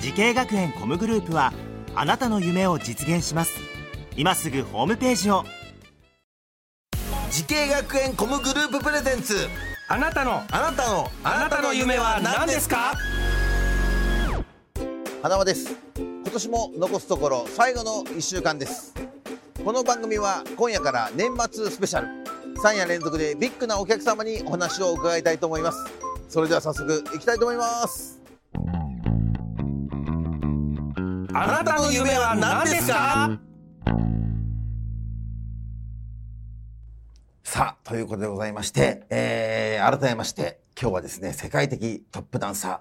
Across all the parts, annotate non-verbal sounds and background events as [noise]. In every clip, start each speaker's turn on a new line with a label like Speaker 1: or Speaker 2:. Speaker 1: 時系学園コムグループはあなたの夢を実現します今すぐホームページを
Speaker 2: 時系学園コムグループプレゼンツ
Speaker 3: あなたの
Speaker 2: あなたの
Speaker 3: あなたの夢は何ですか
Speaker 2: 花輪です今年も残すところ最後の1週間ですこの番組は今夜から年末スペシャル3夜連続でビッグなお客様にお話を伺いたいと思いますそれでは早速いきたいと思います
Speaker 3: あなたの夢は何ですか
Speaker 2: さあということでございまして、えー、改めまして今日はですね世界的トップダンサー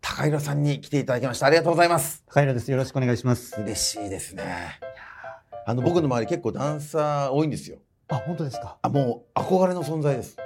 Speaker 2: 高弘さんに来ていただきましたありがとうございます
Speaker 4: カイロです。よろしくお願いします。
Speaker 2: 嬉しいですねあの僕の周り結構ダンサー多いんですよ
Speaker 4: あ、本当ですか。
Speaker 2: あ、もう憧れの存在です。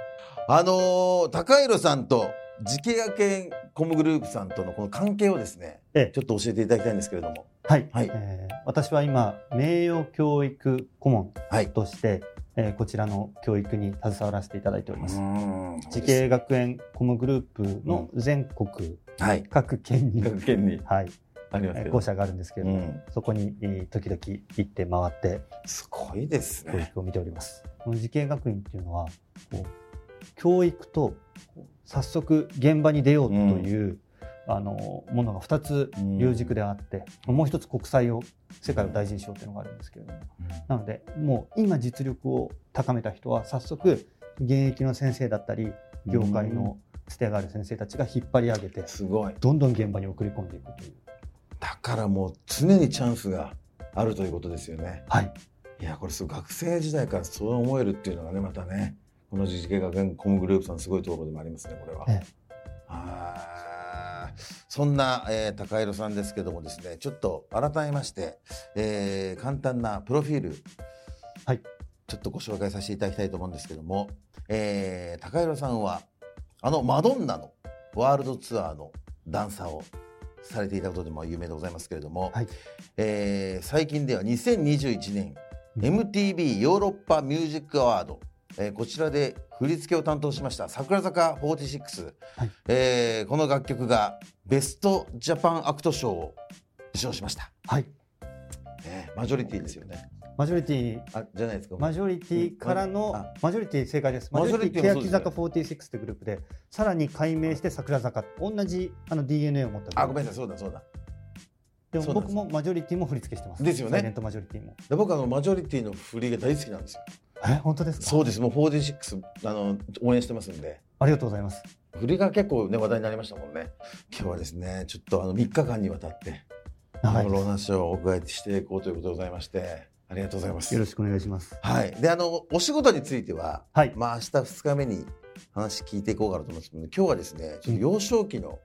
Speaker 2: あのー、高弘さんと、時系学園コムグループさんとのこの関係をですね、
Speaker 4: ええ
Speaker 2: ちょっと教えていただきたいんですけれども。
Speaker 4: はい。
Speaker 2: はい
Speaker 4: えー私は今、名誉教育顧問
Speaker 2: はい。
Speaker 4: として、えーこちらの教育に携わらせていただいております。
Speaker 2: ん
Speaker 4: 時系学園コムグループの全国
Speaker 2: はい。
Speaker 4: 各県に、
Speaker 2: 学園に
Speaker 4: はい、
Speaker 2: あり
Speaker 4: え
Speaker 2: ますけ
Speaker 4: ー
Speaker 2: ど
Speaker 4: 校。舎があるんですけれ
Speaker 2: う
Speaker 4: ども、
Speaker 2: ん。
Speaker 4: そこにえー時々行って回って
Speaker 2: すごいです
Speaker 4: 教
Speaker 2: ね。
Speaker 4: 育を見ております。この時系学院っていうのは、こう教育とこう早速現場に出ようという、あのものが2つ
Speaker 2: うん
Speaker 4: 両軸であって、もう一つ国際を世界を大事にしようというのがあるんですけれども、なのでもう今実力を高めた人は早速現役の先生だったり業界のつてがある先生たちが引っ張り上げて
Speaker 2: すごい。
Speaker 4: どんどん現場に送り込んでいくという、
Speaker 2: だからもう常にチャンスがあるということですよね。
Speaker 4: はい、
Speaker 2: いや、これすごい学生時代からそう思えるっていうのがね、またね、この時系学園コムグループさんのすごいところでもありますね、これは。
Speaker 4: ええ
Speaker 2: あーそんな、えー、高弘さんですけどもですね、ちょっと改めまして、えー簡単なプロフィール、
Speaker 4: はい、
Speaker 2: ちょっとご紹介させていただきたいと思うんですけども、えー高弘さんは、あのマドンナのワールドツアーのダンサーをされていたことでも有名でございますけれども、
Speaker 4: はい
Speaker 2: えー最近では2021年
Speaker 4: うん
Speaker 2: MTV ヨーロッパミュージックアワード、えーこちらで振り付けを担当しました桜坂46、
Speaker 4: はい
Speaker 2: えーこの楽曲がベストジャパンアクト賞を受賞しました、
Speaker 4: はい、
Speaker 2: ねマジョリティですよね
Speaker 4: マジョリティ
Speaker 2: あじゃないですか
Speaker 4: マジョリティから
Speaker 2: うん
Speaker 4: の
Speaker 2: あ、
Speaker 4: マジョリティ正解です。
Speaker 2: マ
Speaker 4: マ
Speaker 2: ジ
Speaker 4: ジ
Speaker 2: ョ
Speaker 4: ョ
Speaker 2: リ
Speaker 4: リ
Speaker 2: テ
Speaker 4: テ
Speaker 2: ィ
Speaker 4: ィ
Speaker 2: もそうで
Speaker 4: 欅
Speaker 2: すよ
Speaker 4: 坂46ってグループで、さらに改名して桜坂、同じあの DNA を持ったグループ。
Speaker 2: あごめんなさいそうだそうだ
Speaker 4: でも
Speaker 2: そうなんで
Speaker 4: 僕
Speaker 2: す
Speaker 4: もマジョリティも振り付けしてます。
Speaker 2: ですよね
Speaker 4: サイレントマジョリティも。
Speaker 2: で僕あのマジョリティの振りが大好きなんですよ
Speaker 4: え、本当ですか
Speaker 2: そうですもう46あの応援してますんで
Speaker 4: ありがとうございます。
Speaker 2: 振りが結構ね話題になりましたもんね今日はですねちょっとあの3日間にわたって
Speaker 4: 長い
Speaker 2: い
Speaker 4: で
Speaker 2: ろいろお話
Speaker 4: す。
Speaker 2: をお伺いしていこうということでございましてありがとうございます
Speaker 4: よろしくお願いします。
Speaker 2: はいであのお仕事については
Speaker 4: はい。
Speaker 2: まあ明日2日目に話聞いていこうかなと思うんですけど今日はですねちょっと幼少期の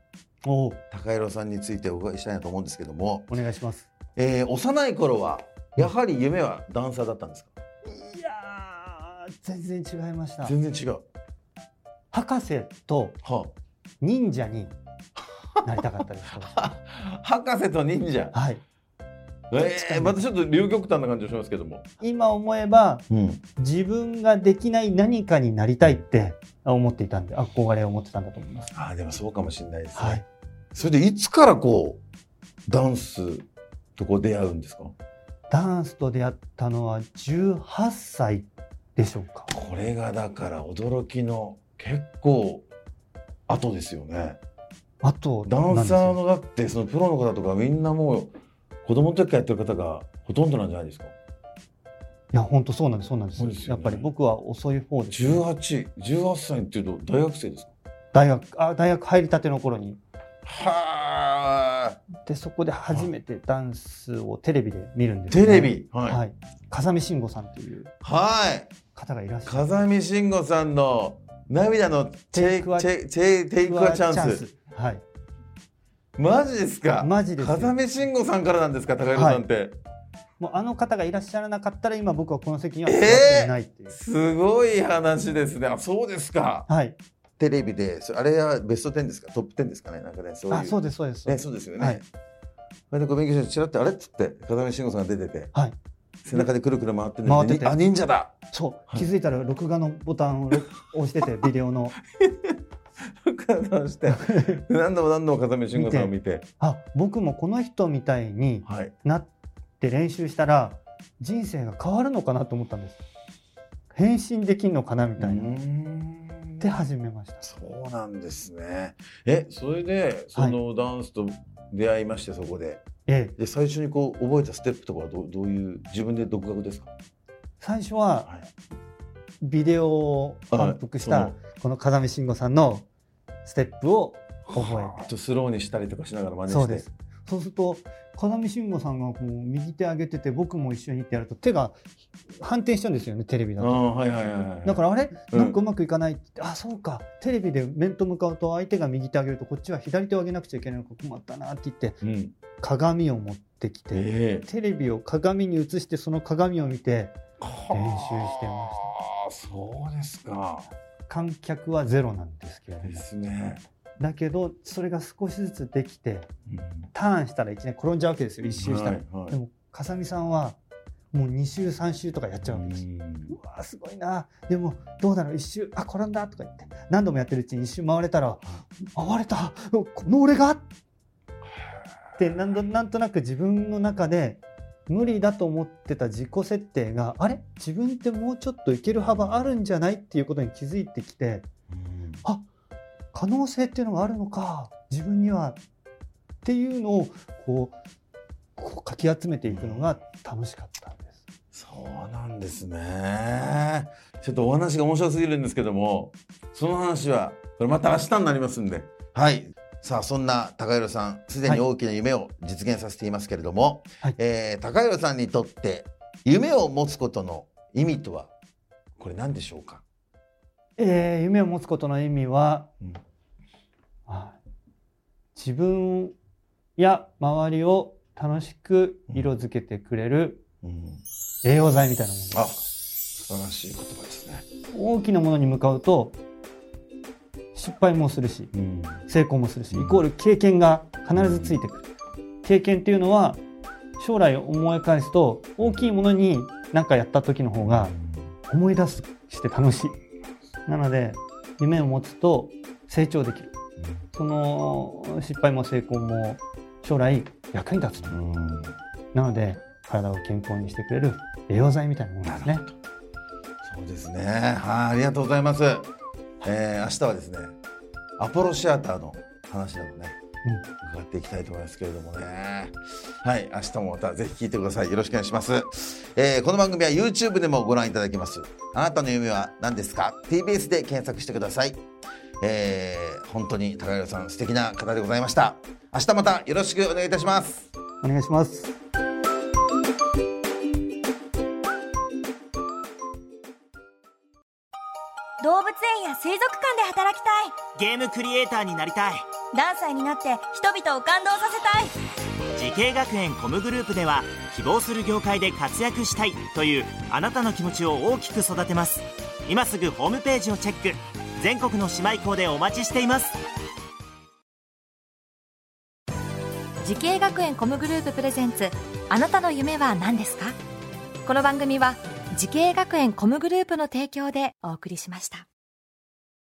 Speaker 4: おー
Speaker 2: 高弘さんについてお伺いしたいなと思うんですけども、
Speaker 4: お願いします。
Speaker 2: えー幼い頃はやはり夢はダンサーだったんですか
Speaker 4: いやー、全然違いました。
Speaker 2: 全然違う
Speaker 4: 博士と
Speaker 2: は
Speaker 4: 忍者になりたかったです。 [laughs] 私
Speaker 2: あ [laughs] 博士と忍者
Speaker 4: はい。
Speaker 2: えー、またちょっと両極端な感じがしますけども、
Speaker 4: 今思えば、
Speaker 2: うん、
Speaker 4: 自分ができない何かになりたいって思っていたんで憧れを持ってたんだと思います。
Speaker 2: あーでもそうかもしれないですね、
Speaker 4: はい、
Speaker 2: それでいつからこうダンスとこう出会うんですか
Speaker 4: ダンスと出会ったのは18歳でしょうか。
Speaker 2: これがだから驚きの結構後ですよね
Speaker 4: あと
Speaker 2: ダンサー
Speaker 4: なんですよ
Speaker 2: のだってそのプロの方とかみんなもう子供の時からやってる方がほとんどなんじゃないですか
Speaker 4: いや本当そうなんですそうなんです。
Speaker 2: そうですよ
Speaker 4: や
Speaker 2: ね
Speaker 4: っぱり僕は遅い方です。
Speaker 2: 1818歳っていうと大学生ですか
Speaker 4: 大学あ大学入りたての頃に
Speaker 2: はあ
Speaker 4: でそこで初めてダンスをテレビで見るんですね、
Speaker 2: テレビは
Speaker 4: はいい、風見慎吾さんという
Speaker 2: はい
Speaker 4: 方がいらっしゃる。
Speaker 2: 風見慎吾さんの涙のチェイ
Speaker 4: テイクア
Speaker 2: チェイチェイテイクアチャンス
Speaker 4: はい。
Speaker 2: マジですか
Speaker 4: マジですよ
Speaker 2: 風見慎吾さんからなんですか高山さんって、
Speaker 4: もうあの方がいらっしゃらなかったら今僕はこの席には座っていないっていう、
Speaker 2: すごい話ですねあそうですか
Speaker 4: はい
Speaker 2: テレビでそれあれはベスト10ですかトップ10ですかねなんかねそういう
Speaker 4: あそうですそうですそう
Speaker 2: ね、
Speaker 4: です
Speaker 2: そうですよね。
Speaker 4: はい
Speaker 2: それでこう勉強してちらってあれっつって風見慎吾さんが出てて、
Speaker 4: はい
Speaker 2: 背中でくるくる回ってるのに
Speaker 4: 回ってて
Speaker 2: あ忍者だ
Speaker 4: そう、
Speaker 2: はい
Speaker 4: 気づいたら録画のボタンをろ押し
Speaker 2: [laughs]
Speaker 4: ててビデオの
Speaker 2: を
Speaker 4: [laughs]
Speaker 2: して何度も何度も風見慎吾さんを見て
Speaker 4: あ僕もこの人みたいに
Speaker 2: はい、
Speaker 4: なって練習したら人生が変わるのかなと思ったんです変身できんのかなみ
Speaker 2: うー
Speaker 4: たいな、
Speaker 2: ん
Speaker 4: で始めました
Speaker 2: そうなんですねえそれでそのダンスと出会いましてそこで
Speaker 4: ええ
Speaker 2: で最初にこう覚えたステップとかはどうどういう自分で独学ですか、
Speaker 4: 最初はビデオを反復し
Speaker 2: は
Speaker 4: た
Speaker 2: い
Speaker 4: この風見慎吾さんのステップを覚
Speaker 2: あ
Speaker 4: えて
Speaker 2: とスローにしたりとかしながら真似して
Speaker 4: そうですそうすると風見慎吾さんがこう右手上げてて僕も一緒にってやると手が反転しちゃうんですよねテレビ
Speaker 2: あ
Speaker 4: だと。
Speaker 2: ーはいはいはいはい
Speaker 4: だからあれ
Speaker 2: うん
Speaker 4: なんかうまくいかないって言って、あそうかテレビで面と向かうと相手が右手上げるとこっちは左手を上げなくちゃいけないのか困ったなって言って
Speaker 2: うん
Speaker 4: 鏡を持ってきて、
Speaker 2: ええ
Speaker 4: テレビを鏡に映してその鏡を見て
Speaker 2: 練
Speaker 4: 練習してま
Speaker 2: した。そうですか。
Speaker 4: 観客はゼロなんですけれど
Speaker 2: で
Speaker 4: も
Speaker 2: すね。
Speaker 4: だけどそれが少しずつできてターンしたら一年転んじゃうわけですよ一周したら、
Speaker 2: はいはい
Speaker 4: でも笠見さんはもう2周3周とかやっちゃうわけです、
Speaker 2: うん
Speaker 4: うわーすごいなでもどうだろう一周あ転んだとか言って何度もやってるうちに一周回れたら回れたこの俺がってなんとなんとなく自分の中で無理だと思ってた自己設定があれ自分ってもうちょっといける幅あるんじゃないっていうことに気づいてきてあ可能性っていうのがあるのか自分にはっていうのをこうこうかき集めていくのが楽しかったんです。
Speaker 2: そうなんですね。ちょっとお話が面白すぎるんですけども、その話はこれまた明日になりますんで。
Speaker 5: はい。さあそんな高弘さんすでに
Speaker 4: はい
Speaker 5: 大きな夢を実現させていますけれども、
Speaker 4: はい
Speaker 5: えー高弘さんにとって夢を持つことの意味とはこれ何でしょうか。
Speaker 4: えー夢を持つことの意味は、
Speaker 2: うん
Speaker 4: はい自分や周りを楽しく色づけてくれる栄養剤みたいなもの
Speaker 2: あ、素晴らしい言葉ですね。
Speaker 4: 大きなものに向かうと失敗もするし成功もするしイコール経験が必ずついてくる経験っていうのは将来思い返すと大きいものに何かやった時の方が思い出すして楽しいなので夢を持つと成長できるその失敗も成功も将来役に立つとなので体を健康にしてくれる栄養剤みたいなものですね
Speaker 2: そうですね。はい、ありがとうございます。えー、明日はですね、アポロシアターの話などね、伺っていきたいと思いますけれどもね。はい、明日もまたぜひ聞いてください。よろしくお願いします。
Speaker 5: えーこの番組は YouTube でもご覧いただけます。あなたの夢は何ですか ?TBS で検索してください。えー本当に高弘さん素敵な方でございました。明日またよろしくお願いいたします。
Speaker 4: お願いします
Speaker 6: 動物園や水族館で働きたい
Speaker 1: ゲームクリエイターになりたい
Speaker 6: 何歳になって人々を感動させたい
Speaker 1: 時系学園コムグループでは希望する業界で活躍したいというあなたの気持ちを大きく育てます今すぐホームページをチェック全国の姉妹校でお待ちしています
Speaker 7: 時系学園コムグループプレゼンツあなたの夢は何ですかこの番組は時系学園コムグループの提供でお送りしました